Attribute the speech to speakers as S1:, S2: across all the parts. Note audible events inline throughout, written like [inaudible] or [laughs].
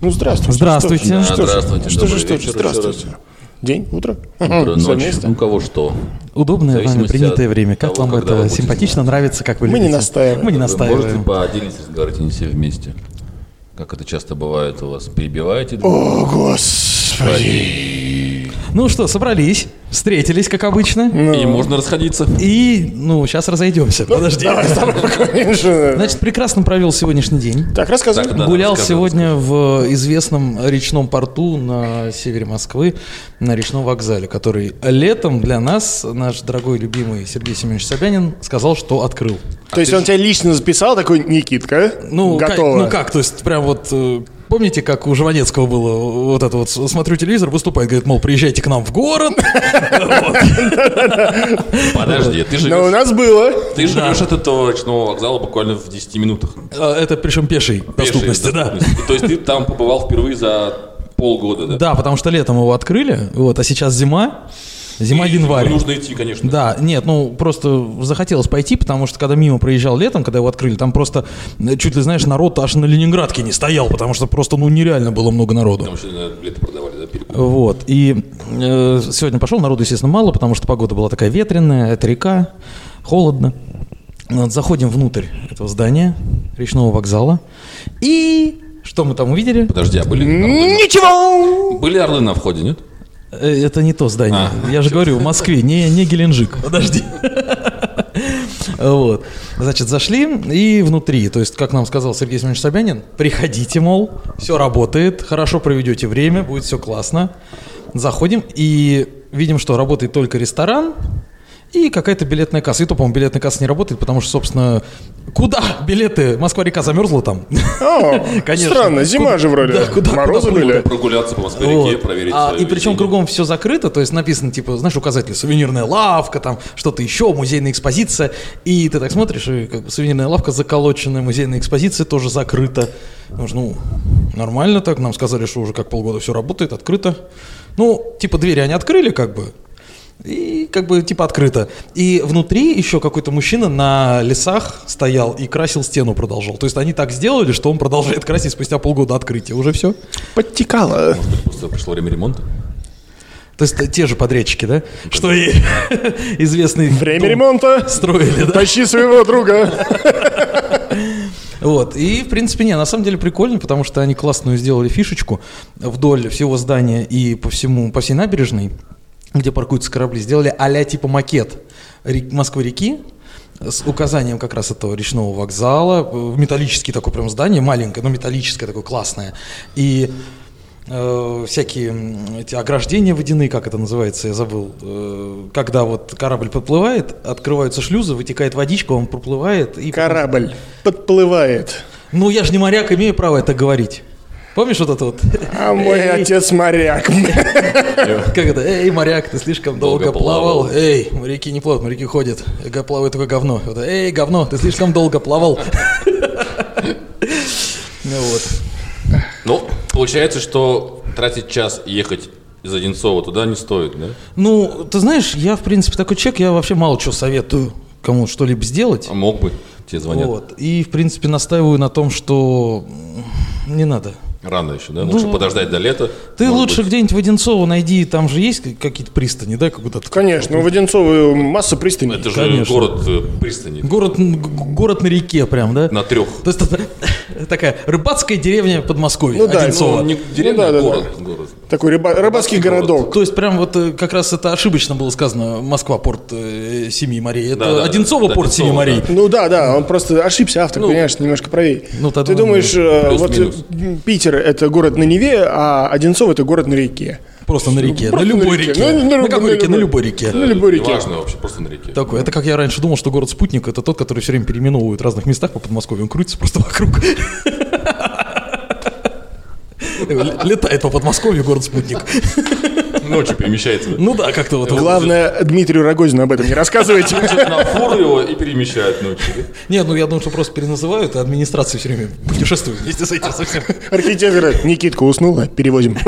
S1: Ну, здравствуйте.
S2: Здравствуйте.
S1: Что,
S2: Да,
S1: что,
S3: здравствуйте,
S1: Что
S3: добрый
S1: же, что же,
S3: вечер
S1: здравствуйте. День, утро. Хм,
S3: Утро,
S1: Всё
S3: ночь,
S1: вместе.
S3: у Ну, кого что. В
S2: Удобное вами
S3: зависимости
S2: принятое
S3: от
S2: время. Как
S3: того,
S2: вам
S3: когда вы
S2: это
S3: будете
S2: симпатично, нравится, как вы
S1: Мы не
S2: любите?
S1: настаиваем.
S2: Мы не
S1: Вы
S3: Вы можете
S2: настаиваем.
S3: по отдельности разговаривать, а не все вместе. Как это часто бывает у вас. Перебиваете друг
S1: О, господи.
S2: Ну что, собрались, встретились, как обычно.
S3: друга, и можно расходиться.
S2: И, ну, сейчас разойдемся. Подожди.
S1: Давай, с тобой поменьше.
S2: Значит, прекрасно провел сегодняшний день.
S1: Так, рассказывай.
S3: Так, да.
S2: Гулял
S3: расскажи,
S2: сегодня в э, известном речном порту на севере Москвы, на речном вокзале, который летом для нас наш дорогой любимый Сергей Семенович Собянин сказал, что открыл.
S1: То есть он тебя лично записал, такой, Никитка, а?
S2: Ну,
S1: готово.
S2: Как, ну как, то есть прям вот... э, Помните, как у Жванецкого было вот это вот, с- смотрю телевизор, выступает, говорит, мол, приезжайте к нам в город. [laughs]
S3: Подожди, а
S2: Ну,
S3: ты
S1: Но у
S3: живешь.
S1: нас было.
S3: Ты живешь от этого речного вокзала буквально в 10 минутах.
S2: А, Это причем пешей
S3: Пешей
S2: доступности, да.
S3: доступности. То есть ты там побывал впервые за полгода, да?
S2: Да, потому что летом его открыли, вот, а сейчас зима, зима-январь.
S3: Ну, Нужно идти, конечно.
S2: Да, нет, ну просто захотелось пойти, потому что когда мимо проезжал летом, когда его открыли, там просто э, чуть ли, знаешь, народ аж на Ленинградке не стоял, потому что просто, ну, нереально было много народу.
S3: Там еще, наверное, билеты продавали, да, перекуп.
S2: Вот, и э, сегодня пошел, народу, естественно, мало, потому что погода была такая ветреная, это река, холодно. Вот, заходим внутрь этого здания, речного вокзала, и что мы там увидели?
S3: Подожди, а были
S2: Ну. [laughs]
S3: орлы?
S1: Ничего.
S3: Были орлы на входе, нет?
S2: Э, Это не то здание.
S3: А.
S2: Я же говорю, в Москве, не, не Геленджик. Подожди. Вот. Значит, зашли и внутри. То есть, как нам сказал Сергей Семенович Собянин, приходите, мол, все работает, хорошо проведете время, будет все классно. Заходим и видим, что работает только ресторан и какая-то билетная касса. И то, по-моему, билетная касса не работает, потому что, собственно, куда билеты? Москва-река замерзла там.
S1: О,
S2: Конечно.
S1: странно, зима же вроде.
S2: Да, куда-
S1: Морозы
S2: куда
S1: были.
S3: Прогуляться по Москве-реке,
S2: Вот.
S3: проверить
S2: А,
S3: свое
S2: и причем
S3: везение.
S2: кругом все закрыто, то есть написано, типа, знаешь, указатели, сувенирная лавка, там что-то еще, музейная экспозиция. И ты так смотришь, и как бы сувенирная лавка заколоченная, музейная экспозиция тоже закрыта. Думаешь, ну, нормально так, нам сказали, что уже как полгода все работает, открыто. Ну, типа, двери они открыли, как бы, и как бы типа открыто. И внутри еще какой-то мужчина на лесах стоял и красил стену продолжал. То есть они так сделали, что он продолжает красить спустя полгода открытия. Уже все.
S1: Подтекало.
S3: Просто пришло время ремонта.
S2: То есть э, те же подрядчики, да? Что и [laughs] известный
S1: Время
S2: дом
S1: ремонта.
S2: строили, да?
S1: Тащи своего друга.
S2: Вот. И, в принципе, не, на самом деле прикольно, потому что они классную сделали фишечку вдоль всего здания и по всему, по всей набережной, где паркуются корабли, сделали а-ля типа макет Ре- Москвы-реки с указанием как раз этого речного вокзала, э, в металлический такое прям здание, маленькое, но металлическое такое, классное. И э, всякие м, эти ограждения водяные, как это называется, я забыл, э, когда вот корабль подплывает, открываются шлюзы, вытекает водичка, он проплывает. И потом-
S1: Корабль подплывает.
S2: ну, я же не моряк, имею право это говорить. Помнишь вот это вот?
S1: А мой отец моряк. [laughs]
S2: [laughs] Как это? Эй, моряк, ты слишком долго,
S3: Э. Долго
S2: плавал.
S3: плавал.
S2: Эй, моряки не плавают, моряки ходят. Эго плавает только говно. Вот, Эй, говно, ты слишком долго плавал. [laughs] Ну вот.
S3: Ну, получается, что тратить час и ехать из Одинцова туда не стоит, да?
S2: Ну, ты знаешь, я, в принципе, такой человек, я вообще мало чего советую кому что-либо сделать.
S3: А мог бы, тебе звонят.
S2: Вот. И, в принципе, настаиваю на том, что м, не надо.
S3: Рано еще,
S1: Ну,
S3: да? Лучше подождать до лета.
S2: Ты
S3: Может
S2: лучше
S3: быть,
S2: где-нибудь в Одинцово найди, там же есть какие-то пристани, да, как будто
S1: Конечно, у Воденцова масса пристаней.
S3: Это же
S2: Конечно.
S3: город э, пристани.
S2: Город, г- город на реке прям, да?
S3: На трех.
S2: То есть это такая рыбацкая деревня Подмосковья,
S1: Ну да,
S2: Одинцово.
S3: не деревня,
S1: да, да,
S3: а город. город.
S1: Такой рыба- рыбацкий
S3: город.
S1: городок.
S2: То есть прям вот э, как раз это ошибочно было сказано Москва, порт э, Семи морей. Это
S3: Да, да,
S2: Одинцово,
S3: да,
S2: порт
S3: Одинцово,
S2: Семи морей.
S1: Ну да, да, он просто ошибся, автор, понимаешь, немножко правее.
S2: Ну, тогда
S1: Ты
S2: ладно.
S1: думаешь, э, вот э,
S3: Плюс-минус.
S1: м, Питер это город на Неве, а Одинцово это город на реке.
S2: Просто на реке,
S1: Просто
S2: на любой
S1: на реке.
S2: реке.
S1: Ну, на
S2: На
S1: любой-
S2: какой
S1: на
S2: реке? На
S1: любой.
S2: любой реке.
S1: На любой реке.
S3: Важно вообще, просто на реке.
S2: Такой. Это как я раньше думал, что город Спутник это тот, который все время переименовывают в разных местах по Подмосковью. Он крутится просто вокруг. Летает по Подмосковью город Спутник.
S3: Ночью перемещается.
S2: Ну да, как-то вот.
S1: Главное, Дмитрию Рогозину об этом не
S2: [laughs]
S1: рассказывайте.
S3: Садят на фуру его и перемещают ночью. да?
S2: Нет, ну я думаю, что просто переназывают, и администрация все время путешествует вместе с этим совсем.
S1: Архитектор Никитка уснула, перевозим.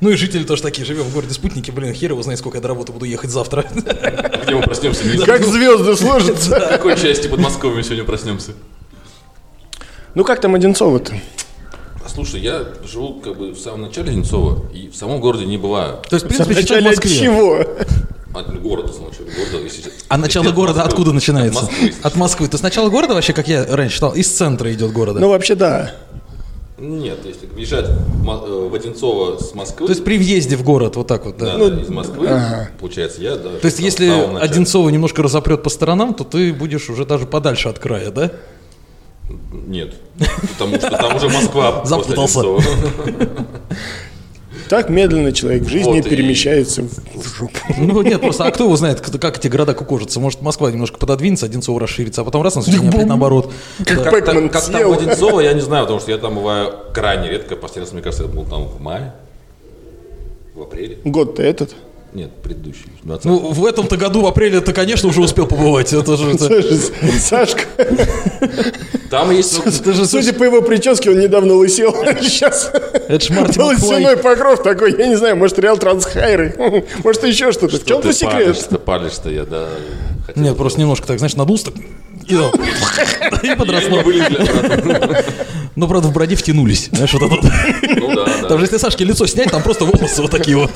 S2: Ну и жители тоже такие, живем в городе Спутники, блин, хер его знает, сколько я до работы буду ехать завтра. [laughs]
S3: А Где мы проснемся? Не знаю.
S1: Как звезды сложатся.
S3: В какой части Подмосковья мы сегодня проснемся?
S1: Ну как там Одинцово-то?
S3: Слушай, я живу как бы в самом начале Одинцова и в самом городе не бываю.
S2: То есть, в
S1: В самом
S2: принципе, человек в
S1: начале от
S2: Москве.
S1: чего?
S3: От города, в начале города. если-
S2: А начало
S3: Нет,
S2: города
S3: Москвы.
S2: откуда начинается?
S3: От Москвы, если-
S2: От Москвы. То есть начало города вообще, как я раньше считал, из центра идет города.
S1: Ну, вообще, да.
S3: Нет, если въезжать в Мо- э, в Одинцово с Москвы,
S2: То есть при въезде в город вот так вот, да.
S3: да, да, из Москвы,
S1: ага.
S3: получается, я даже...
S2: То есть если Одинцова немножко разопрет по сторонам, то ты будешь уже даже подальше от края, да?
S3: Нет, потому что там
S2: [laughs]
S3: уже Москва после
S2: Запутался.
S3: Одинцова.
S1: Так медленно человек в жизни
S3: Вот и-
S1: перемещается в в жопу.
S2: Ну нет, просто, а кто его знает, кто- как эти города кукожатся? Может, Москва немножко пододвинется, Одинцова расширится, а потом раз, на следующий день опять наоборот. Да.
S3: Как, там-
S1: Бэтмен
S3: как там
S1: съел.
S3: в Одинцово, я не знаю, потому что я там бываю крайне редко. Последний раз, мне кажется, я был там в мае, в апреле.
S1: Год-то этот.
S3: Нет, предыдущий, 20
S2: Ну, в этом-то году, в апреле, ты, конечно, уже успел побывать. Это же... это-
S1: Сашка,
S2: [laughs]
S3: Там есть... ну,
S2: Это же,
S1: судя по его прическе, он недавно лысел. Сейчас
S2: это же Марти Макфлай.
S1: волосяной покров такой, я не знаю, может, Реал Трансхайры, может, еще что-то. В
S3: что
S1: чем-то
S3: ты
S1: секрет.
S3: палишь-то, палишь-то, я, да. хотел-
S2: Нет, просто немножко так, знаешь, надулся так, и, да, и
S3: Я не
S2: подросло.
S3: вылезла,
S2: [laughs]
S3: братан.
S2: Но, правда, в броди втянулись. Знаешь, вот это вот.
S3: Ну да,
S2: Там
S3: да.
S2: же, если Сашке лицо снять, там просто волосы вот такие вот.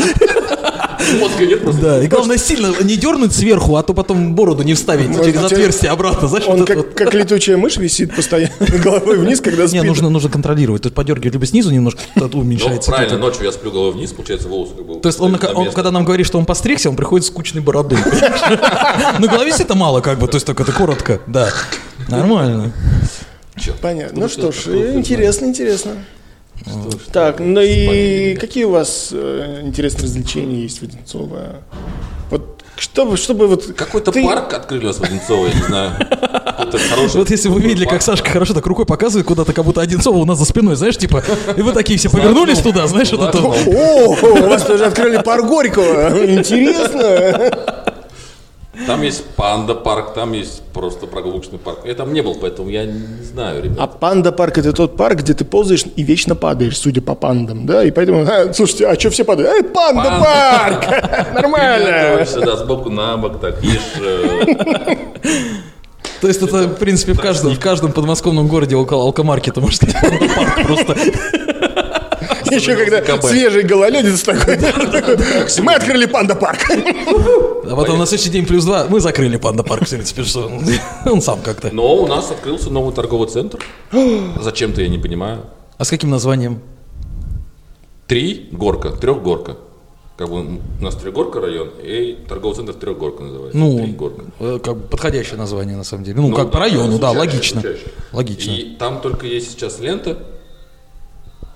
S3: Мозга нет, просто
S2: Да, и главное сильно не дернуть сверху, а то потом бороду не вставить
S1: Может,
S2: через
S1: у тебя-
S2: отверстие обратно, знаешь, вот
S1: Он
S2: это вот.
S1: как, как летучая мышь висит постоянно [laughs] головой вниз, когда
S2: Не,
S1: спит.
S2: нужно, нужно контролировать. Тут подергивать либо снизу немножко, тут
S3: Ну,
S2: уменьшается. тут
S3: правильно,
S2: вот.
S3: ночью я сплю головой вниз, получается, волосы как бы...
S2: То есть он,
S3: на
S2: на- он,
S3: место.
S2: когда нам говорит, что он постригся, он приходит с кучной бородой. На голове это мало как бы, то есть только это коротко, да. Нормально.
S3: Чёрт.
S1: Понятно. Ну что ж,
S3: такое
S1: э,
S3: фигня.
S1: интересно, интересно. Так, ну и какие у вас э, интересные развлечения есть в Одинцово? Вот что бы, что бы вот...
S3: Какой-то
S1: ты-
S3: парк открыли у вас в Одинцово, я не знаю. Какой-то хороший
S2: Вот если вы видели, как
S3: парк.
S2: Сашка хорошо так рукой показывает куда-то, как будто Одинцова у нас за спиной, знаешь, типа, и вы такие все повернулись туда, знаешь, вот это вот.
S1: О, у вас тоже открыли парк Горького. Интересно.
S3: Там есть панда-парк, там есть просто прогулочный парк. Я там не был, поэтому я не знаю,
S1: А
S3: ребят.
S1: панда-парк это тот парк, где ты ползаешь и вечно падаешь, судя по пандам, да? И поэтому, а, слушайте, а что все падают? Эй,
S2: [laughs]
S1: панда-парк!
S2: А
S1: Нормально!
S3: Перекатываешься, да, сбоку на бок, так, ешь. э,
S2: То есть это, в принципе, в каждом, в каждом подмосковном городе около алкомаркета, может сказать, парк просто.
S1: Еще когда
S3: КБ.
S1: свежий
S2: [laughs]
S1: гололедец такой. такой, [laughs] Мы открыли панда-парк.
S2: А потом на следующий день плюс два мы закрыли панда парк, в принципе, что он- он сам как-то.
S3: Но у нас открылся новый торговый центр.
S2: [gasps]
S3: Зачем-то я не понимаю.
S2: А с каким названием?
S3: Три горка, трехгорка. Как бы у нас трехгорка район, и торговый центр трехгорка называется.
S2: Ну,
S3: Трехгорка.
S2: э, как бы подходящее название, на самом деле. Ну,
S3: Ну,
S2: как по району, да,
S3: звучащее,
S2: логично.
S3: звучащее.
S2: Логично.
S3: И там только есть сейчас лента,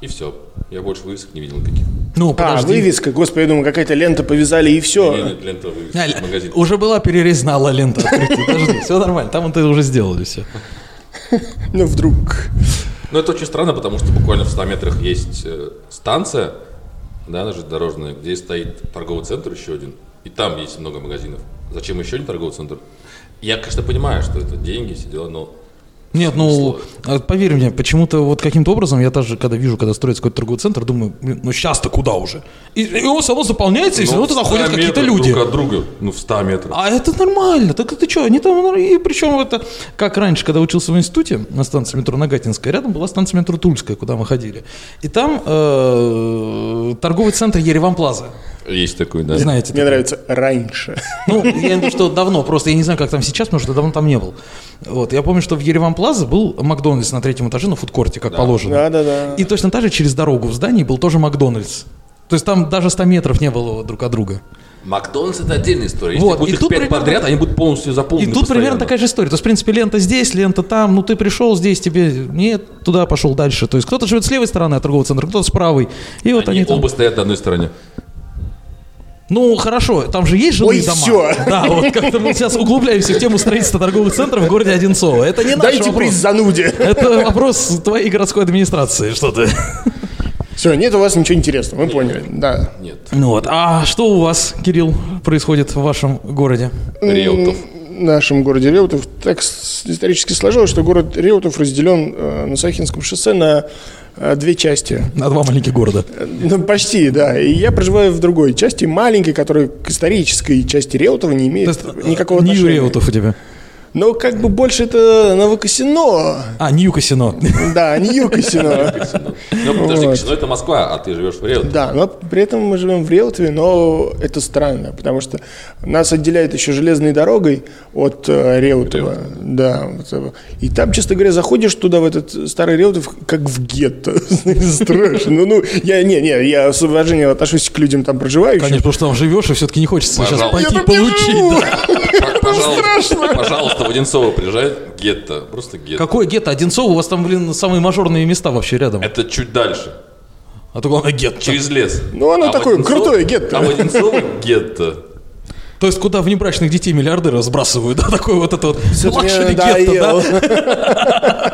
S3: и все. Я больше вывесок не видел никаких.
S2: Ну,
S1: А,
S2: подожди.
S1: вывеска, господи, я думаю, какая-то лента повязали и все.
S3: Или лента вывесок,
S2: А, л-
S3: магазин.
S2: Уже была перерезана алла лента. открытия. Подожди, все нормально. Там это уже сделали все.
S1: Ну, вдруг.
S3: Но это очень странно, потому что буквально в 100 метрах есть э, станция, да, она же дорожная, где стоит торговый центр еще один, и там есть много магазинов. Зачем еще один торговый центр? Я, конечно, понимаю, что это деньги, все дела, но
S2: Нет, ну, э, поверь мне, почему-то вот каким-то образом я даже, когда вижу, когда строится какой-то торговый центр, думаю, «Блин, ну сейчас-то куда уже? И, и он все равно заполняется, и все
S3: Ну,
S2: равно
S3: в 100
S2: туда ходят какие-то
S3: метрах
S2: люди.
S3: Друг от друга, ну, в 100 метрах.
S2: А это нормально. Так ты что, они там... ну, И причем это... Как раньше, когда учился в институте на станции метро Нагатинская, рядом была станция метро Тульская, куда мы ходили. И там э, торговый центр Ереван Плаза.
S3: Есть такой, да.
S2: Знаете,
S1: Мне
S2: такой.
S1: нравится раньше.
S2: Ну, я имею в виду, что давно, просто я не знаю, как там сейчас, потому что давно там не был. Вот, я помню, что в Ереван Плаза был Макдональдс на третьем этаже на фудкорте, как положено.
S1: Да-да-да.
S2: И точно так же через дорогу в здании был тоже Макдональдс. То есть там даже 100 метров не было друг от друга.
S3: Макдональдс это отдельная история. Если
S2: Вот,
S3: будет
S2: и
S3: их
S2: тут
S3: пять
S2: примерно-
S3: подряд, они будут полностью
S2: И
S3: заполнены
S2: тут примерно
S3: постоянно.
S2: такая же история. То есть, в принципе, лента здесь, лента там. Ну, ты пришел здесь, тебе нет, туда пошел дальше. То есть, кто-то живет с левой стороны от торгового центра, кто-то с правой. И вот они,
S3: Они
S2: там.
S3: оба стоят на одной стороне.
S2: Ну, хорошо, там же есть жилые
S1: Ой,
S2: дома.
S1: всё.
S2: Да, вот как-то мы сейчас углубляемся в тему строительства торговых центров в городе Одинцово. Это не наш
S1: [laughs] Дайте
S2: вопрос.
S1: приз
S2: [laughs]
S1: зануде.
S2: Это вопрос твоей городской администрации, что ты.
S1: Все, нет у вас ничего интересного, мы поняли. Да.
S3: Нет.
S2: Ну вот, а что у вас, Кирилл, происходит в вашем городе?
S3: Реутов.
S1: В нашем городе Реутов так с- исторически сложилось, что город Реутов разделен э, на Сахинском шоссе на э, две части.
S2: На два маленьких города.
S1: Э, Ну, почти, да. И я проживаю в другой части, маленькой, которая к исторической части Реутова не имеет
S2: То есть, э,
S1: никакого
S2: Ниже
S1: отношения.
S2: Реутов у тебя.
S1: Но как бы больше это Новокосино.
S2: А, Нью-Касино.
S1: Да, Нью-Касино.
S3: Ну, подожди,
S1: Вот.
S3: Косино это Москва, а ты живешь в Реутове.
S1: Да, но при этом мы живем в Реутове, но это странно, потому что нас отделяет еще железной дорогой от э, Реутова.
S3: Реутова.
S1: Да. вот, э, И там, честно говоря, заходишь туда, в этот старый Реутов, как в гетто. [laughs] знаешь, Страшно. Ну, ну, я, не, не, я с уважением отношусь к людям там проживающим.
S2: Конечно, потому что там живешь, и все-таки не хочется сейчас
S3: Пожалуйста.
S2: пойти
S1: Я
S2: и
S1: тут не живу.
S2: получить. да.
S3: П- Пожалуйста, пожалуйста, в Одинцово приезжай, гетто, просто гетто.
S2: Какое гетто? Одинцово, у вас там, блин, самые мажорные места вообще рядом.
S3: Это чуть дальше,
S2: А то главное гетто.
S3: через лес. А
S1: Ну, оно
S3: в
S1: такое,
S3: Одинцово-
S1: крутое гетто.
S3: А в Одинцово гетто.
S2: То есть куда внебрачных детей миллиардеры сбрасывают, да, такое вот это вот
S1: Что-то мне
S2: лакшери
S1: надоело.
S2: гетто, да?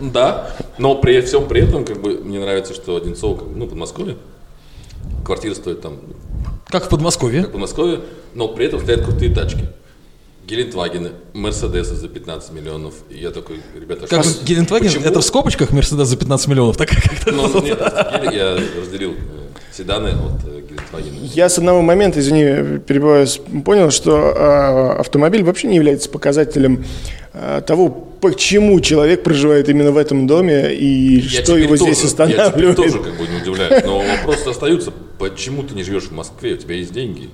S3: Да, но при всем при этом, как бы, мне нравится, что Одинцово, как бы, ну, Подмосковье, квартира стоит там,
S2: Как в Подмосковье.
S3: как Подмосковье, но при этом стоят крутые тачки. Гелендвагены, Мерседесы за 15 миллионов. И я такой, ребята,
S2: Как
S3: что-
S2: Гелендваген,
S3: А почему-
S2: это в скобочках Мерседес за 15 миллионов, так как
S1: [laughs]
S3: Ну, нет, на самом деле я разделил э, седаны от э, Гелендвагена.
S1: Я с одного момента, извини, перебиваю, с- понял, что э, автомобиль вообще не является показателем э, того, почему человек проживает именно в этом доме и
S3: Я
S1: что
S3: теперь
S1: его
S3: тоже-
S1: здесь
S3: Я
S1: останавливает.
S3: теперь тоже как бы не удивляюсь, но вопросы остаются. Почему ты не живешь в Москве? У тебя есть деньги.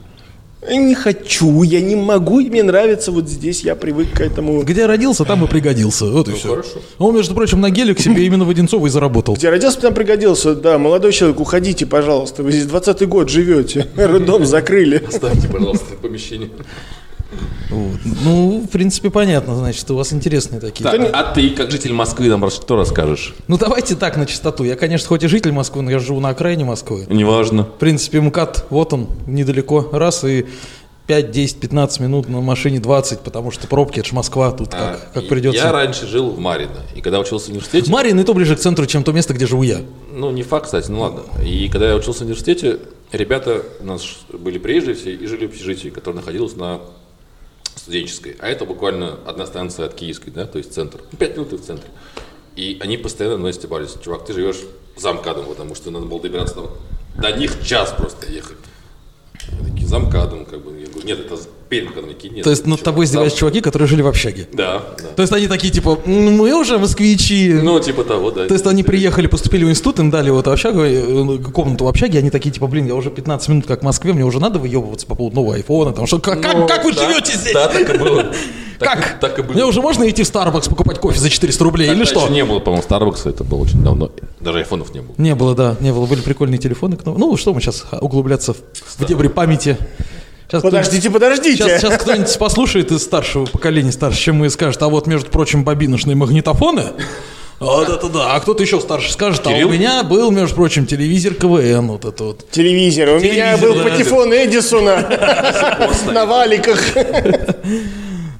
S1: Я не хочу, я не могу, и мне нравится вот здесь, я привык к этому.
S2: Где родился, там и пригодился. Вот и
S3: Ну,
S2: все.
S3: хорошо.
S2: Он, между прочим, на гелик
S3: [laughs]
S2: себе именно в Одинцово и заработал.
S1: Где родился, там пригодился. Да, молодой человек, уходите, пожалуйста, вы здесь 20-й год живете, [laughs] роддом закрыли.
S3: Ставьте, пожалуйста, помещение.
S2: Вот. Ну, в принципе, понятно, значит, у вас интересные такие.
S3: Так, а ты, как житель Москвы, нам рас- что расскажешь?
S2: Ну, давайте так, на чистоту. Я, конечно, хоть и житель Москвы, но я живу на окраине Москвы.
S3: Неважно.
S2: В принципе, МКАД, вот он, недалеко. Раз и 5, 10, 15 минут на машине 20, потому что пробки, это ж Москва, тут как, как
S3: И-
S2: придется.
S3: А, Я раньше жил в Марино, и когда учился в университете,
S2: Марин и то ближе к центру, чем то место, где живу я.
S3: ну не факт, кстати, ну ладно. И когда я учился в университете, ребята у нас ш- были приезжие все и жили в общежитии, которое находилось на студенческой. А это буквально одна станция от Киевской, да, то есть центр. Ну, Пять минут и в центре. И они постоянно мной стебались. Чувак, ты живешь за МКАДом, потому что надо было добираться там. До них час просто ехать. Они такие, за МКАДом, как бы. Я говорю, нет, это перед МКАДом». Они такие, нет.
S2: То есть над
S3: чувак,
S2: тобой
S3: за
S2: издевались
S3: МКАДом».
S2: чуваки, которые жили в общаге.
S3: Да, да.
S2: То есть они такие, типа, «М, мы уже москвичи.
S3: Ну, типа того, да.
S2: то есть они приехали, поступили в институт, им дали вот общагу, э, комнату в общаге, они такие, типа, блин, я уже 15 минут как в Москве, мне уже надо выебываться по поводу нового айфона, там, что, как, как-
S3: Ну,
S2: как вы
S3: да,
S2: живете здесь?
S3: Да, так
S2: [laughs]
S3: и было. Так-
S2: Как?
S3: Так и было.
S2: Мне уже можно идти в Starbucks покупать кофе за 400 рублей
S3: Тогда
S2: или что?
S3: еще не было, по-моему, Starbucks, это было очень давно. Даже айфонов не было.
S2: Не было, да, не было. Были прикольные телефоны. кно- Ну, что мы сейчас углубляться в, в дебри памяти. Сейчас
S1: Подождите,
S2: Сейчас,
S1: подождите.
S2: сейчас кто-нибудь послушает из старшего поколения, старше, чем мы, и скажет, а вот, между прочим, бобиночные магнитофоны. Вот это да. А кто-то еще старше скажет, а
S3: Кирилл?
S2: у меня был, между прочим, телевизор КВН, вот это вот.
S1: Телевизор. У меня
S2: Телевизор,
S1: был
S2: да.
S1: патефон Эдисона [laughs] на валиках.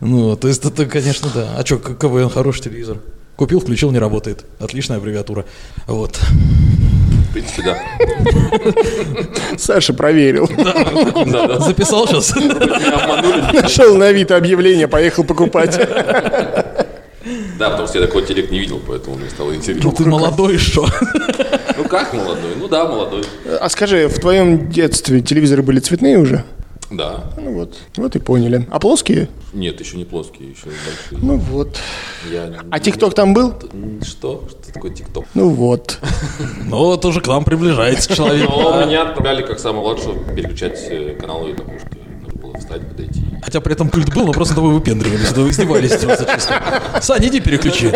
S2: Ну, вот, то есть это, конечно, да. А что, КВН хороший телевизор. Купил, включил, не работает. Отличная аббревиатура. Вот.
S3: В принципе, да.
S1: Саша проверил.
S3: Да, да.
S2: [laughs] Записал сейчас.
S3: Меня обманули.
S1: Нашел на Авито объявление, поехал покупать.
S3: Да, потому что я такой телек не видел, поэтому мне стало
S2: Ну
S3: интересно.
S2: ты молодой, что?
S3: Ну как молодой? Ну да, молодой.
S1: А скажи, в твоем детстве телевизоры были цветные уже?
S3: Да.
S1: Ну вот, вот и поняли. А плоские?
S3: Нет, еще не плоские, еще большие.
S1: Ну вот.
S3: Я...
S1: А ТикТок там был?
S3: Что? Что такое ТикТок?
S1: Ну вот.
S2: Ну, вот уже к нам приближается человек.
S3: Но Ну, меня отправляли как самого младшего переключать э, каналы, потому что надо было встать, подойти.
S2: Хотя при этом культ был, но просто тобой выпендривались, да, издевались просто честно. Сань, иди переключи.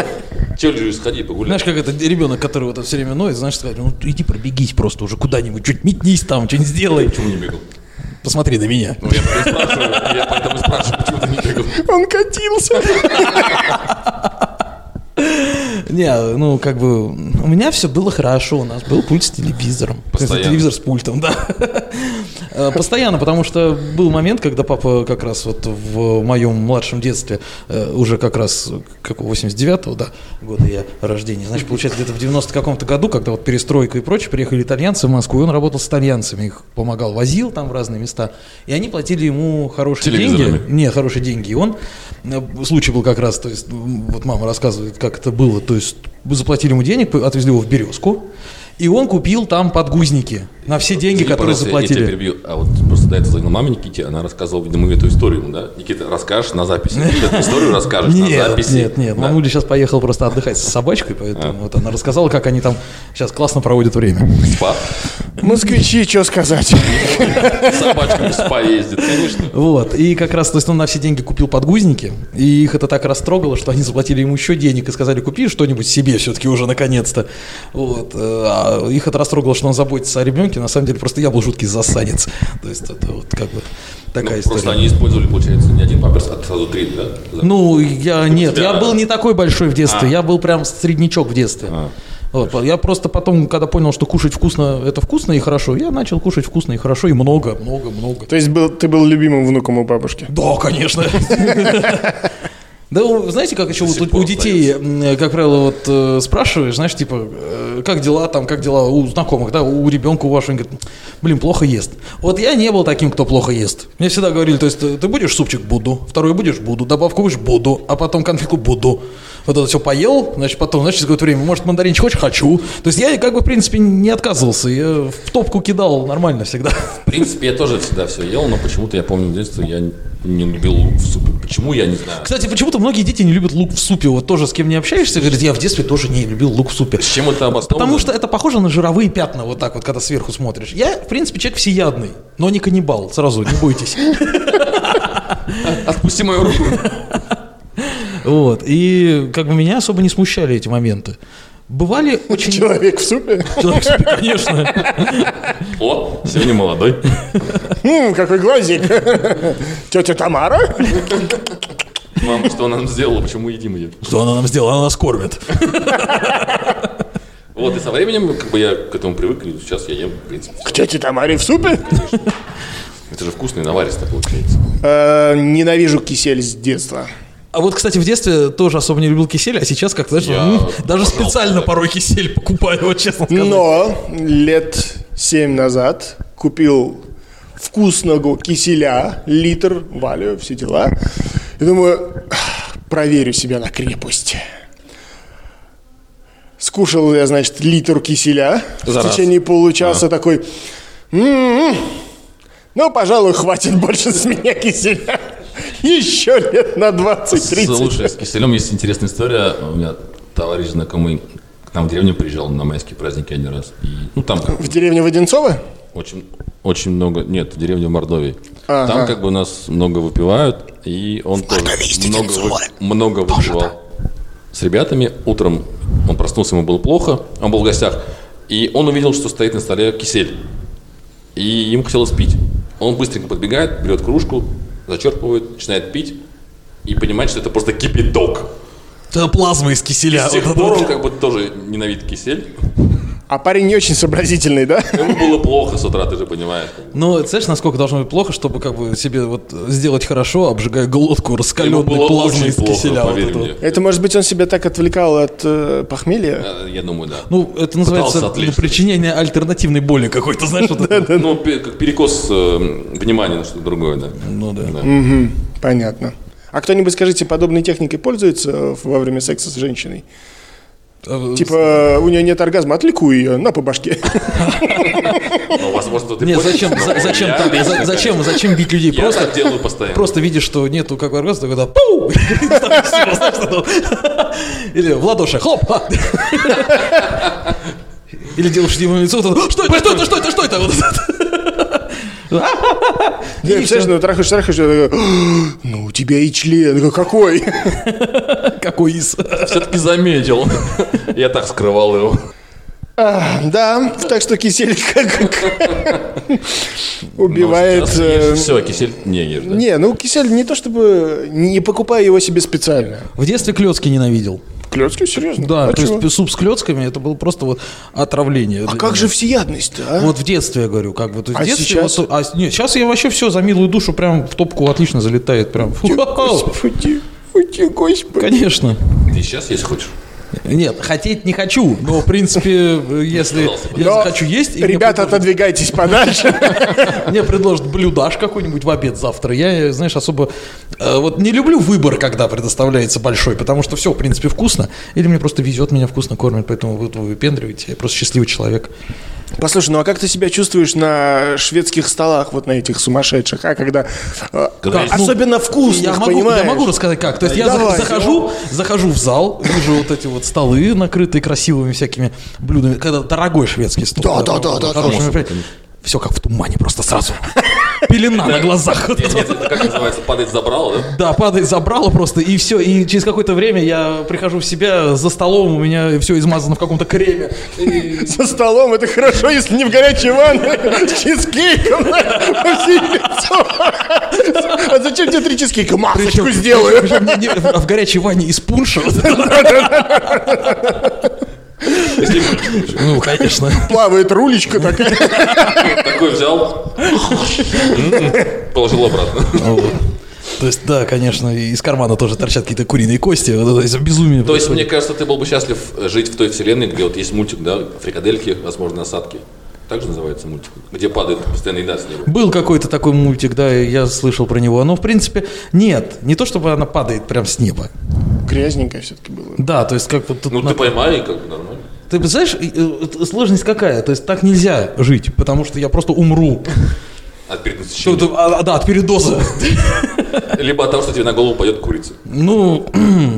S3: Че, Льюис, сходи, погуляй.
S2: Знаешь, как это ребенок, который вот это все время ноет, знаешь, сказать, ну иди пробегись просто уже куда-нибудь, чуть метнись там, что-нибудь сделай.
S3: Почему не бегал?
S2: Посмотри на меня.
S3: Ну, я поэтому и спрашиваю, я поэтому и спрашиваю, почему ты не бегал.
S1: Он катился.
S2: [laughs] Не, ну как бы у меня все было хорошо, у нас был пульт с телевизором. То есть
S3: Постоянно.
S2: Телевизор с пультом, да. Э, Постоянно, потому что был момент, когда папа как раз вот в моем младшем детстве, э, уже как раз как 89-го, да, года я рождения, значит, получается, где-то в 90 каком-то году, когда вот перестройка и прочее, приехали итальянцы в Москву, и он работал с итальянцами, их помогал, возил там в разные места, и они платили ему хорошие деньги.
S3: Телевизорами.
S2: Не, хорошие деньги. И он, э, случай был как раз, то есть, м, вот мама рассказывает, как это было, то есть, заплатили ему денег, п- отвезли его в «Березку», И он купил там подгузники на все деньги,
S3: Извини,
S2: которые
S3: пожалуйста, я- я тебя
S2: заплатили.
S3: перебью. А вот просто до этого звонила мама Никите, она рассказывала, видимо, эту историю ему, да? Никита, расскажешь на
S2: [laughs]
S3: записи? Никита, эту историю расскажешь на
S2: Нет,
S3: записи?
S2: нет, нет.
S3: Да.
S2: Мамуля сейчас поехал просто отдыхать с собачкой, поэтому вот она рассказала, как они там сейчас классно проводят время.
S3: Спа.
S1: Москвичи, что сказать?
S3: С Ну, собачками в спа ездит, конечно.
S2: Вот, и как раз, то есть он на все деньги купил подгузники, и их это так растрогало, что они заплатили ему еще денег и сказали, купи что-нибудь себе все-таки уже наконец-то. Вот, э, а их это растрогало, что он заботится о ребенке, на самом деле просто я был жуткий засанец. То есть это вот как бы
S3: Ну,
S2: такая история.
S3: Просто они использовали, получается, не один памперс, а сразу три, да? За-
S2: Ну, я нет, я
S3: тебя-
S2: был не такой большой в детстве,
S3: А.
S2: я был прям среднячок в детстве.
S3: А.
S2: Вот, я просто потом, когда понял, что кушать вкусно, это вкусно и хорошо, я начал кушать вкусно и хорошо, и много, много, много.
S1: То есть был, ты был любимым внуком у бабушки?
S2: Да, конечно. Да, у- знаете, как еще
S3: До
S2: вот
S3: сих
S2: у,
S3: пор
S2: у детей, м, как правило, вот э, спрашиваешь, знаешь, типа, э, как дела там, как дела у знакомых, да, у ребенка у вашего, они говорят, блин, плохо ест. Вот я не был таким, кто плохо ест. Мне всегда говорили, то есть ты, ты будешь супчик буду, второй будешь буду, добавку будешь буду, а потом конфетку буду. Вот это все поел, значит, потом, значит, через какое-то время, может, мандаринчик хочешь, хочу. То есть я, как бы, в принципе, не отказывался, я в топку кидал нормально всегда.
S3: В принципе, я тоже всегда все ел, но почему-то я помню в детстве, я не любил лук в супе. Почему, я не знаю.
S2: Кстати, почему-то многие дети не любят лук в супе. Вот тоже с кем не общаешься, говорит, я в детстве тоже не любил лук в супе.
S3: С чем это обосновано?
S2: Потому что это похоже на жировые пятна, вот так вот, когда сверху смотришь. Я, в принципе, человек всеядный, но не каннибал, сразу, не [laughs] бойтесь.
S3: Отпусти мою руку.
S2: Вот, и как бы меня особо не смущали эти моменты. [laughs] Бывали очень...
S1: Человек в супе?
S2: Человек в супе, конечно.
S3: О, сегодня молодой.
S1: М, какой глазик. Тетя Тамара?
S3: Мама, что она нам сделала, почему едим ее?
S2: [laughs] Что она нам сделала? Она нас кормит.
S3: Вот, и со временем, как бы я к этому привык, и сейчас я ем, в принципе.
S1: К тете Тамаре в супе?
S3: Это же вкусно и наваристо получается.
S1: Э, Ненавижу кисель с детства.
S2: А вот, кстати, в детстве тоже особо не любил кисель, а сейчас, как знаешь,
S3: Я,
S2: м, даже
S3: пожалуйста.
S2: специально порой кисель покупаю, вот честно сказать.
S1: Но лет семь назад купил вкусного киселя, литр, валю, все дела. И думаю, «Ах, проверю себя на крепость. Скушал я, значит, литр киселя
S3: За
S1: в
S3: раз.
S1: течение получаса такой. «М-м, ну, пожалуй, хватит больше с меня киселя. Еще лет на 20-30.
S3: Слушай, с киселем есть интересная история. У меня товарищ знакомый к нам в деревню приезжал на майские праздники один раз. И, ну, там как
S1: В деревне Воденцова?
S3: Очень, очень много. Нет, деревня в Мордовии.
S1: Ага.
S3: Там как бы нас много выпивают, и он тоже много, вы- много выпивал. С ребятами утром он проснулся, ему было плохо, он был в гостях, и он увидел, что стоит на столе кисель. И ему хотелось пить. Он быстренько подбегает, берет кружку, зачерпывает, начинает пить и понимает, что это просто кипяток.
S2: Это плазма из
S3: И
S2: киселя.
S3: с тех
S2: Вот это
S3: пор
S2: вот.
S3: он как бы тоже ненавидит кисель.
S1: А парень не очень сообразительный, да?
S3: Ему было плохо с утра, ты же понимаешь.
S2: Ну, это знаешь, насколько должно быть плохо, чтобы как бы себе вот сделать хорошо, обжигая глотку
S3: Ему
S2: раскаленной
S3: было
S2: плазмой
S3: очень
S2: из
S3: плохо,
S2: киселя. вот
S3: поверь
S2: это вот.
S3: мне.
S1: Это, может быть, он себя так отвлекал от э, похмелья?
S3: Э, Я думаю, да.
S2: Ну, это называется
S3: Пытался отвлечься.
S2: причинение альтернативной боли какой-то, знаешь, вот это.
S3: Ну, пе- как перекос э, внимания на что-то другое, да.
S2: Ну да.
S1: Понятно. А кто-нибудь, скажите, подобной техникой пользуется э, во время секса с женщиной?
S2: Э,
S1: Типа, э, у нее нет оргазма, отвлеку ее, на по [laughs] башке.
S3: Но, возможно, ты
S2: Э, Нет,
S3: понял,
S2: зачем,
S3: что
S2: за- зачем
S3: я-
S2: так? За- Зачем, зачем бить людей?
S3: Я
S2: Просто,
S3: так делаю постоянно.
S2: просто видишь, что нету как бы оргазма, тогда пау! [laughs] И там всё, знаешь, что там. Или в ладоши, хлоп! а! Или делаешь ему лицо, вот это, что это, что это, что это, что это? Вот это.
S1: Ты представляешь, ну трахаешь, трахаешь, я такой, «Ах, ну у тебя и член, Я говорю, какой? [laughs]
S2: Какой из?
S3: Все-таки заметил. [laughs] Я так скрывал его.
S1: А, Да, так что кисель [laughs] как- как Ну,
S3: Ну,
S1: убивает... э,
S3: Все, кисель не ешь, да?
S1: Не, ну кисель не то чтобы... Не покупай его себе специально.
S2: В детстве клетки ненавидел.
S1: Клетки, серьезно?
S2: Да,
S1: А
S2: то
S1: чего?
S2: есть суп с клетками это было просто вот отравление.
S1: А как же всеядность-то, а?
S2: Вот в детстве я говорю, как бы. То есть
S1: А
S2: в детстве
S1: сейчас?
S2: вот- а, нет, сейчас я вообще все за милую душу прям в топку отлично залетает. Прям. Фу,
S1: Господи, ути, господи.
S2: Конечно.
S3: Ты сейчас есть хочешь?
S2: Нет, хотеть не хочу, но в принципе, если я
S1: Но,
S2: захочу есть, и мне
S1: Ребята,
S2: предложат-
S1: отодвигайтесь подальше.
S2: мне предложат блюдаш какой-нибудь в обед завтра, я, знаешь, особо Э, Вот не люблю выбор, когда предоставляется большой, потому что все, в принципе, вкусно. Или мне просто везет, меня вкусно кормят, поэтому вот вы выпендриваете. Я просто счастливый человек.
S1: [laughs] Послушай, ну а как ты себя чувствуешь на шведских столах, вот на этих сумасшедших, а когда... э,
S3: Когда
S1: а
S3: есть-
S1: особенно вкусных,
S2: ну, я могу,
S1: понимаешь?
S2: я могу рассказать как. То есть я
S1: Давай.
S2: зах- захожу, захожу в зал, вижу вот эти вот столы, накрытые красивыми всякими блюдами. Когда дорогой шведский стол.
S1: Да, да, да, да,
S3: да.
S2: Все как в тумане просто сразу. [laughs] Пелена на глазах.
S3: Нет, нет, это как называется, падает забрал, да?
S2: Да, падает, забрало просто, и все. И через какое-то время я прихожу в себя за столом, у меня все измазано в каком-то креме.
S1: [laughs]
S2: И-
S1: За столом это хорошо, если не в горячей ванне, [laughs] с чизкейком по всей лицо. А зачем тебе три чизкейка? Масочку
S2: Причем-
S1: сделаю.
S2: причем не- не- а в горячей ванне из пунша.
S3: Если бы
S2: Ну, конечно.
S1: Плавает рулечка такая.
S3: такой взял, [laughs] м, положил обратно.
S2: То есть, да, конечно, и из кармана тоже торчат какие-то куриные кости. Вот это безумие.
S3: То есть, мне
S2: происходит.
S3: кажется, ты был бы счастлив жить в той вселенной, где вот есть мультик, да, фрикадельки, возможно, осадки. Так же называется мультик, где падает постоянно еда с неба.
S2: Был какой-то такой мультик, да, и я слышал про него. Но, в принципе, нет. Не то, чтобы она падает прям с неба.
S1: Грязненькая все-таки было.
S2: Да, то есть как вот тут...
S3: Ну,
S2: на-
S3: ты поймай, и как бы нормально.
S2: Ты знаешь, и, э, э, сложность какая? То есть так нельзя жить, потому что я просто умру.
S3: От
S2: Что
S3: перенасыщения.
S2: это- а, а, да, от передоза.
S3: Либо от того, что тебе на голову пойдет курица.
S2: Ну,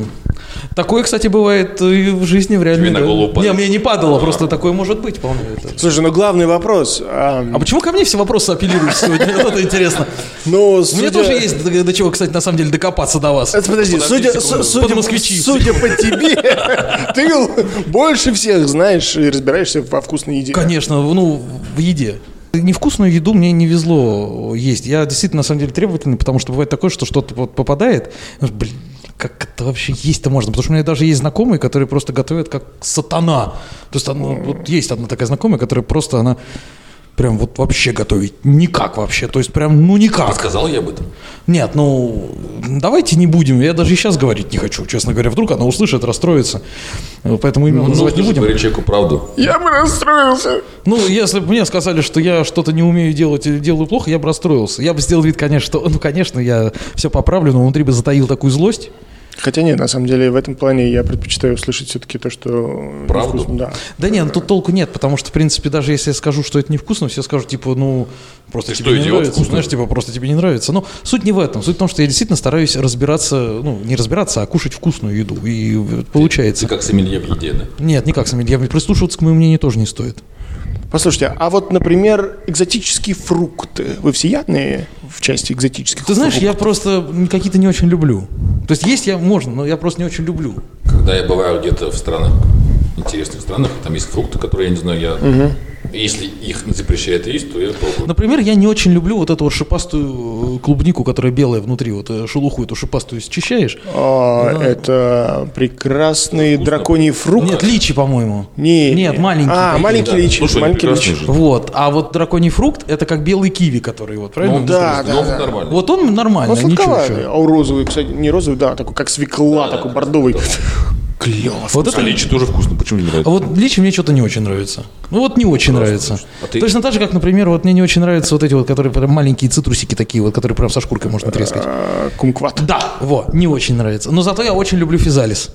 S2: [clears throat] такое, кстати, бывает и в жизни, в реальной.
S3: на
S2: да.
S3: голову
S2: Не,
S3: падает.
S2: мне не падало, просто такое может быть, вполне. это.
S1: Слушай, ну главный вопрос. а,
S2: А почему ко мне все вопросы апеллируешь сегодня? [laughs] Вот это интересно.
S1: Ну,
S2: У меня
S1: судя-
S2: тоже есть до, до чего, кстати, на самом деле докопаться до вас.
S1: Э, Подожди,
S3: Подожди
S1: судя, су-
S3: секунду.
S1: судя,
S2: Подмосквичи.
S1: судя по тебе, [laughs] ты Вил, больше всех знаешь и разбираешься во вкусной еде.
S2: [laughs] Конечно, в- ну, в еде. Невкусную еду мне не везло есть. Я действительно, на самом деле, требовательный, потому что бывает такое, что что-то вот попадает. ну, Блин, как это вообще есть-то можно? Потому что у меня даже есть знакомые, которые просто готовят как сатана. То есть она, вот есть одна такая знакомая, которая просто, она прям вот вообще готовить никак вообще. То есть прям, ну
S3: А
S2: никак.
S3: сказал я об этом?
S2: Нет, ну, давайте не будем. Я даже и сейчас говорить не хочу, честно говоря. Вдруг она услышит, расстроится. Поэтому имя Ну, называть не
S3: Нужно же
S2: будем.
S3: говорить Ну, человеку правду.
S1: Я бы расстроился.
S2: Ну, если бы мне сказали, что я что-то не умею делать или делаю плохо, я бы расстроился. Я бы сделал вид, конечно, что, ну, конечно, я все поправлю, но внутри бы затаил такую злость.
S1: Хотя нет, на самом деле в этом плане я предпочитаю услышать все-таки то, что
S3: Правду?
S1: невкусно, Да.
S2: Да нет, ну, тут толку нет, потому что, в принципе, даже если я скажу, что это невкусно, все скажут, типа, ну, просто
S3: Ты
S2: тебе
S3: что,
S2: не
S3: идиот,
S2: нравится,
S3: вкусно?
S2: знаешь, типа, просто тебе не нравится. Но суть не в этом. Суть в том, что я действительно стараюсь разбираться, ну, не разбираться, а кушать вкусную еду. И э,
S3: Ты
S2: получается.
S3: как сомелье в еде, да?
S2: Нет, никак, Самиль, я прислушиваться к моему мнению тоже не стоит.
S1: Послушайте, а вот, например, экзотические фрукты. Вы всеядные в части экзотических
S2: Ты знаешь,
S1: фруктов?
S2: я просто какие-то не очень люблю. То есть есть я можно, но я просто не очень люблю.
S3: Когда я бываю где-то в странах, интересных странах, там есть фрукты, которые я не знаю, я... Если их не запрещает есть, то я пробую.
S2: Например, я не очень люблю вот эту вот шипастую э, клубнику, которая белая внутри, вот э, шелуху эту шипастую счищаешь.
S1: А, Это прекрасный драконий фрукт.
S2: Нет, личи, по-моему.
S1: Не,
S2: Нет,
S1: не.
S2: маленький.
S1: А, маленький
S3: Да.
S1: личи.
S3: Ну что, они
S1: маленький
S3: прекрасные
S1: личи.
S3: же.
S2: Вот, а вот драконий фрукт, это как белый киви, который вот, правильно?
S3: Ну,
S1: да, да,
S3: интересно. Ну,
S1: да.
S3: нормально.
S2: Вот он нормально,
S1: Он
S2: ничего
S1: сладковатый.
S2: себе.
S1: А у розовый, кстати, не розовый, да, такой как свекла, такой бордовый. Клево.
S2: Вот это...
S3: Личи тоже вкусно, почему не
S2: А
S3: нравится?
S2: вот личи мне что-то не очень нравится. Ну вот не очень нравится.
S3: А ты-
S2: Точно так же, как, например, вот мне не очень нравятся вот эти вот, которые прям маленькие цитрусики такие вот, которые прям со шкуркой можно трескать.
S1: А, Кумкват.
S2: Да, вот, не очень нравится. Но зато я очень люблю физалис.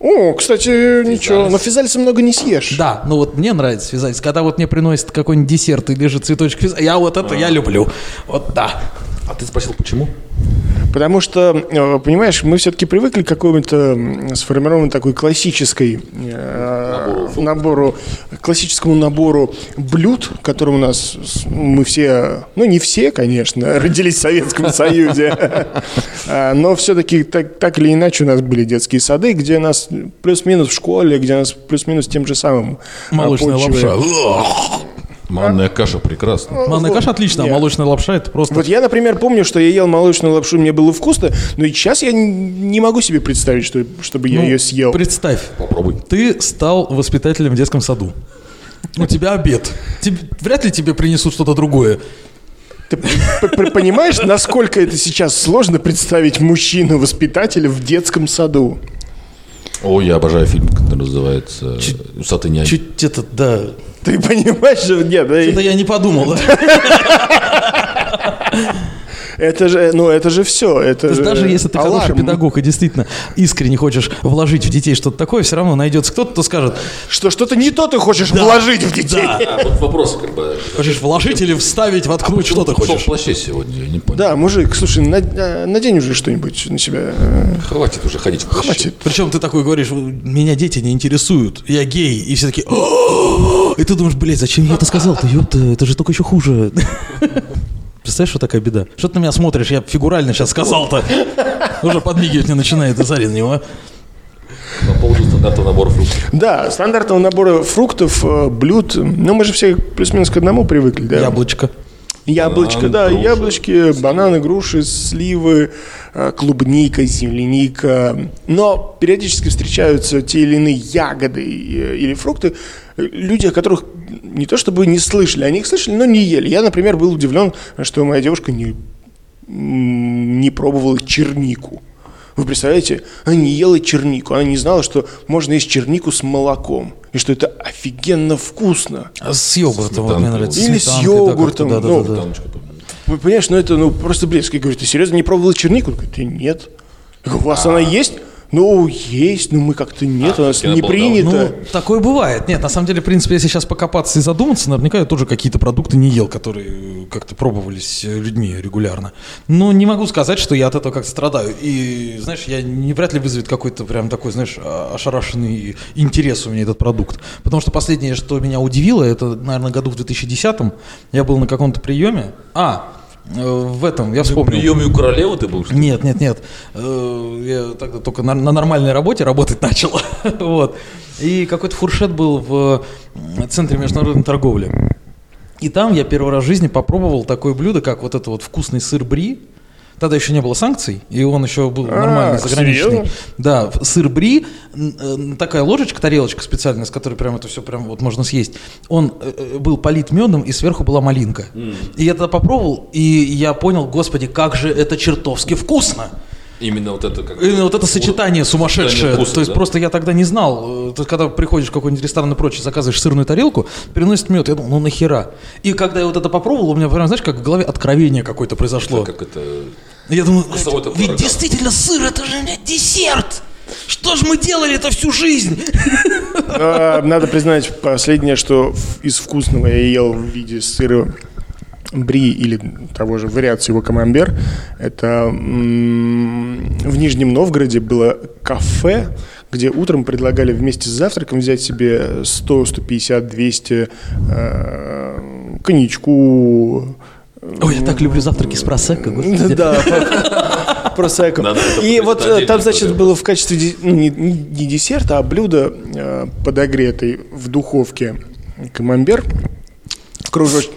S1: О, кстати, ничего. Но физалиса много не съешь.
S2: Да, ну вот мне нравится физалис. Когда вот мне приносят какой-нибудь десерт и лежит цветочек физалис, я вот это я люблю. Вот да.
S3: А ты спросил, почему?
S1: Потому что, э, понимаешь, мы все-таки привыкли к какому-то м, сформированной такой классической э,
S3: Набору.
S1: набору, классическому набору блюд, которые у нас с- мы все, ну не все, конечно, [laughs] родились в Советском Союзе, [laughs] А, но все-таки так, так или иначе у нас были детские сады, где нас плюс-минус в школе, где нас плюс-минус тем же самым а,
S2: Молочная
S1: подчивали.
S2: лапша.
S3: Манная каша прекрасна.
S2: Манная каша отлично, а
S1: Нет.
S2: молочная лапша это просто...
S1: Вот я, например, помню, что я ел молочную лапшу, мне было вкусно, но и сейчас я н- не могу себе представить, что, чтобы я
S2: Ну,
S1: ее съел.
S2: Представь,
S3: Попробуй.
S2: ты стал воспитателем в детском саду. У тебя обед. Тебе- вряд ли тебе принесут что-то другое.
S1: Ты п- п- понимаешь, насколько это сейчас сложно представить мужчину-воспитателя в детском саду?
S3: О, я обожаю фильм, который называется «Усатый нянь».
S2: Чуть это, да.
S1: Ты понимаешь, что нет, да,
S2: Это я не подумал. да.
S1: Это же, ну, это же все. Это
S2: То есть
S1: же
S2: даже если ты
S1: аларм.
S2: хороший педагог и действительно искренне хочешь вложить в детей что-то такое, все равно найдется кто-то, кто скажет,
S1: Что что-то не то ты хочешь вложить в детей.
S2: да,
S3: А, вот вопрос как бы.
S2: хочешь вложить или вставить, воткнуть, что Ну, ты
S3: Кто в
S2: хочешь.
S3: плаще сегодня? Я не понял.
S1: Да, мужик, слушай, над- э, надень уже что-нибудь на себя. э,
S3: Хватит уже ходить в плаще.
S1: Хватит.
S2: Причем ты такой говоришь, меня дети не интересуют, я гей, и все такие, «О-о-о!» и ты думаешь, блядь, зачем я это сказал-то, ёпта, это же только еще хуже. [laughs] Представляешь, что такая беда? Что ты на меня смотришь, я фигурально сейчас сказал-то. Уже подмигивать не начинает Зарин его.
S3: По поводу стандартного набора фруктов.
S1: Да, стандартного набора фруктов, э, блюд. Ну, мы же все плюс-минус к одному привыкли, да?
S2: Яблочко.
S1: Яблочко,
S3: Банан,
S1: да,
S3: груши.
S1: яблочки, бананы, груши, сливы, э, клубника, земляника. Но периодически встречаются те или иные ягоды э, или фрукты, э, люди, о которых не то чтобы не слышали, они их слышали, но не ели. Я, например, был удивлен, что моя девушка не, м, не пробовала чернику. Вы представляете, она не ела чернику, она не знала, что можно есть чернику с молоком, и что это офигенно вкусно.
S2: А С йогуртом, вот
S3: сметанкой.
S2: мне нравится.
S1: Или с
S2: сметанкой, да, как-то,
S1: йогуртом,
S2: да, да,
S1: ну,
S2: да, да.
S3: Таночка,
S1: Вы Понимаешь, ну это ну просто блеск. Я говорю, ты серьезно не пробовал чернику? Он говорит, «Да нет. Я говорю, у вас она есть? Ну, есть, но мы как-то нет, у нас
S3: всё-таки
S1: не
S3: она была
S1: принято.
S2: Ну, такое бывает. Нет, на самом деле, в принципе, если сейчас покопаться и задуматься, наверняка я тоже какие-то продукты не ел, которые э, как-то пробовались э, людьми регулярно. Но не могу сказать, что я от этого как-то страдаю. И, знаешь, я не вряд ли вызовет какой-то прям такой, знаешь, а- ошарашенный интерес у меня этот продукт. Потому что последнее, что меня удивило, это, наверное, году в 2010 я был на каком-то приеме. А, э, в этом, я
S3: По
S2: вспомнил.
S3: приеме у королевы ты был, что ли?
S2: Нет, нет, нет. Э, Я тогда только на, на нормальной работе работать начал. [laughs] вот. И какой-то фуршет был в э, Центре международной торговли. И там я первый раз в жизни попробовал такое блюдо, как вот это вот вкусный сыр бри. Тогда еще не было санкций, и он еще был
S1: А,
S2: нормальный, заграничный.
S1: серьезно?
S2: Да, в- сыр бри, н- э, такая ложечка, тарелочка специальная, с которой прям это все прям вот можно съесть. Он э, э, был полит медом, и сверху была малинка. И я тогда попробовал, и я понял, господи, как же это чертовски вкусно.
S3: Именно вот это как
S2: Именно Э, вот это сочетание сумасшедшее.
S3: вкуса,
S2: То есть
S3: да?
S2: просто я тогда не знал. Э, Ты когда приходишь в какой-нибудь ресторан и прочее, заказываешь сырную тарелку, приносит мед. Я думал, ну нахера. И когда я вот это попробовал, у меня прям, знаешь, как в голове откровение какое-то произошло.
S3: Как это...
S2: Я думаю, «Блядь,
S3: Вкусовой
S2: ведь
S3: товар, да.
S2: действительно сыр, это же, блядь, десерт. Что же мы делали это всю жизнь?
S1: А, Надо признать, последнее, что в- из вкусного я ел в виде сыра бри или того же вариации его камамбер, это м, в Нижнем Новгороде было кафе, где утром предлагали вместе с завтраком взять себе 100, 150, 200 э, коньячку.
S2: Ой, я так люблю завтраки с просекко, господи.
S1: Да, [laughs] про- просекко.
S3: Надо это
S1: И вот э,
S3: отдельно
S1: там, значит,
S3: тоже.
S1: было в качестве де- ну, не, не- не десерта, а блюда э, подогретый в духовке камамбер. Кружочек.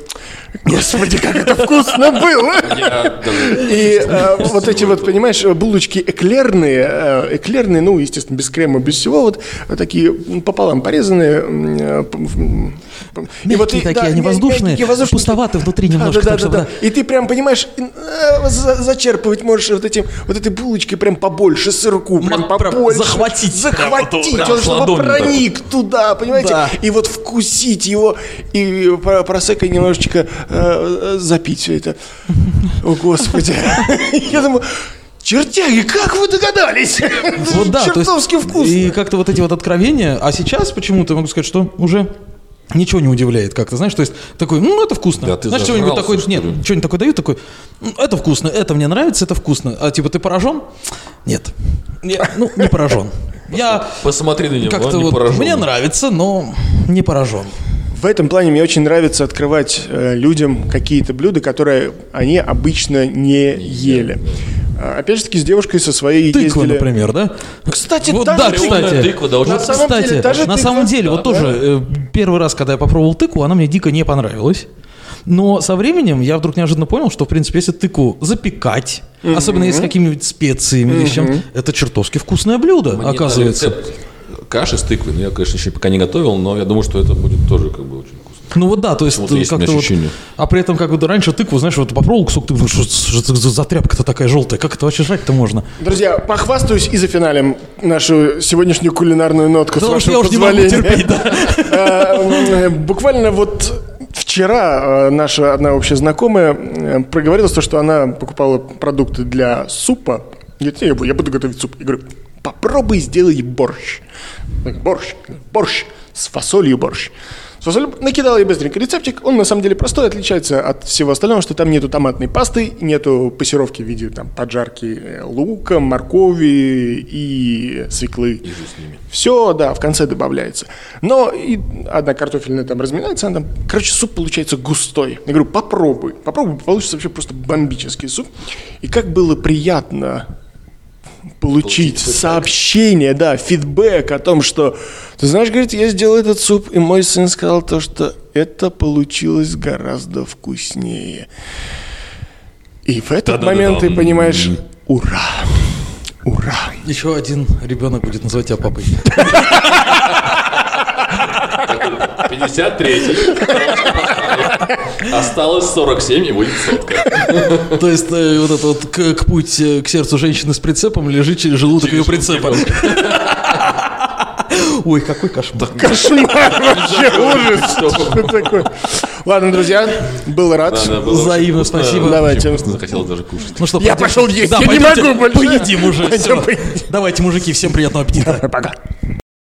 S1: Господи, как это вкусно было!
S3: Я даже-
S1: И э, вот эти вот, понимаешь, булочки эклерные, э, эклерные, ну, естественно, без крема, без всего, вот э, такие м, пополам порезанные. м, э, п- м, п- и
S2: Мягкие
S1: вот и-
S2: такие,
S1: да,
S2: они
S1: мя-
S2: воздушные,
S1: мягкие, воздушные.
S2: пустоваты внутри
S1: Да,
S2: немножко. так,
S1: да, да,
S2: чтобы,
S1: да, И ты прям понимаешь, э, за- зачерпывать можешь вот этим, вот этой булочки прям побольше сырку, прям
S2: М, прям
S1: побольше.
S2: захватить прям вот
S1: захватить,
S2: прям
S1: он
S2: с
S1: чтобы
S2: ладонью так.
S1: проник туда, понимаете?
S2: Да.
S1: И вот вкусить его и про- просекой немножечко э, э, запить все это. О господи! [laughs] Я думаю. Чертяги, как вы догадались?
S2: Вот да, то есть-
S1: Чертовски вкусно.
S2: И как-то вот эти вот откровения, а сейчас почему-то могу сказать, что уже ничего не удивляет как-то, знаешь, то есть такой, ну, это вкусно.
S3: Да, ты
S2: знаешь, что-нибудь
S3: зажрался,
S2: такое,
S3: что
S2: нет,
S3: ли?
S2: что-нибудь такое дают, такой, «М, это вкусно, это мне нравится, это вкусно. А типа ты поражен? Нет. Я, ну, не поражен. Я
S3: Посмотри на него,
S2: как-то
S3: он не
S2: вот,
S3: поражен.
S2: мне нравится, но не поражен.
S1: В этом плане мне очень нравится открывать э, людям какие-то блюда, которые они обычно не ели. А, Опять же таки, с девушкой со своей
S2: Тыква,
S1: ездили...
S2: например, да?
S1: Кстати,
S2: Вот
S1: та же
S2: да,
S1: тыква.
S2: кстати.
S3: Тыква, да, очень
S1: На
S2: Вот,
S1: самом деле,
S2: кстати,
S1: та же
S2: на
S1: тыква.
S2: самом деле, вот
S1: Да.
S2: тоже э, первый раз, когда я попробовал тыкву, она мне дико не понравилась. Но со временем я вдруг неожиданно понял, что, в принципе, если тыкву запекать, особенно если с какими-нибудь специями или с чем, это чертовски вкусное блюдо,
S3: Мне дали
S2: оказывается.
S3: рецепт Каши с тыквой. Ну, я, конечно, еще пока не готовил, но я думаю, что это будет тоже как бы очень вкусно.
S2: Ну вот да, то есть
S3: Вот есть у меня
S2: как-то вот-
S3: ощущение.
S2: А при этом как бы раньше тыкву, знаешь, вот попробовал кусок тыквы, что за- за за тряпка-то такая желтая, как это вообще жрать-то можно?
S1: Друзья, похвастаюсь и зафиналим нашу сегодняшнюю кулинарную нотку, с
S2: Потому что
S1: вашего
S2: я уже не
S1: [laughs]
S2: могу
S1: позволения.
S2: терпеть, да.
S1: Э, м, э, Буквально вот Вчера э, наша одна общая знакомая э, проговорилась, то, что она покупала продукты для супа. Говорит, я буду, я буду готовить суп. Я говорю, попробуй сделай борщ. Она говорит, Борщ, борщ, с фасолью борщ. С фасолью накидала ей быстренько рецептик. Он на самом деле простой, отличается от всего остального, что там нету томатной пасты, нету пассировки в виде там, поджарки э, лука, моркови и свеклы.
S3: И жизнь с ними.
S1: Все, да, в конце добавляется. Но и одна картофельная там разминается, она там... Короче, суп получается густой. Я говорю, попробуй. Попробуй, получится вообще просто бомбический суп. И как было приятно получить
S3: Получить фидбэк.
S1: сообщение, да, фидбэк о том, что, ты знаешь, говорит, я сделал этот суп, и мой сын сказал то, что это получилось гораздо вкуснее. И в этот
S3: Да-да-да-да. М-м-м.
S1: момент ты понимаешь, ура, ура,
S2: Еще один ребенок будет называть тебя папой.
S3: 53 Осталось 47 и будет сотка.
S2: То есть э, вот этот вот к, к путь э, к сердцу женщины с прицепом лежит через желудок ее
S3: Через
S2: прицепа.
S3: желудок.
S1: [laughs]
S2: Ой, какой кошмар.
S1: Кошмар, вообще ужас. Что такое? Ладно, друзья, был рад.
S3: Она была
S2: Взаимно
S3: очень вкусная.
S2: спасибо.
S1: Давайте.
S3: Захотелось даже кушать.
S2: Ну что,
S1: Я
S2: пойдем?
S1: пошел есть,
S2: Да,
S1: я не
S2: пойдемте,
S1: могу больше.
S2: Поедим уже.
S1: Пойдем
S2: всё.
S1: поедим.
S2: Давайте, мужики, всем приятного аппетита.
S1: Пока.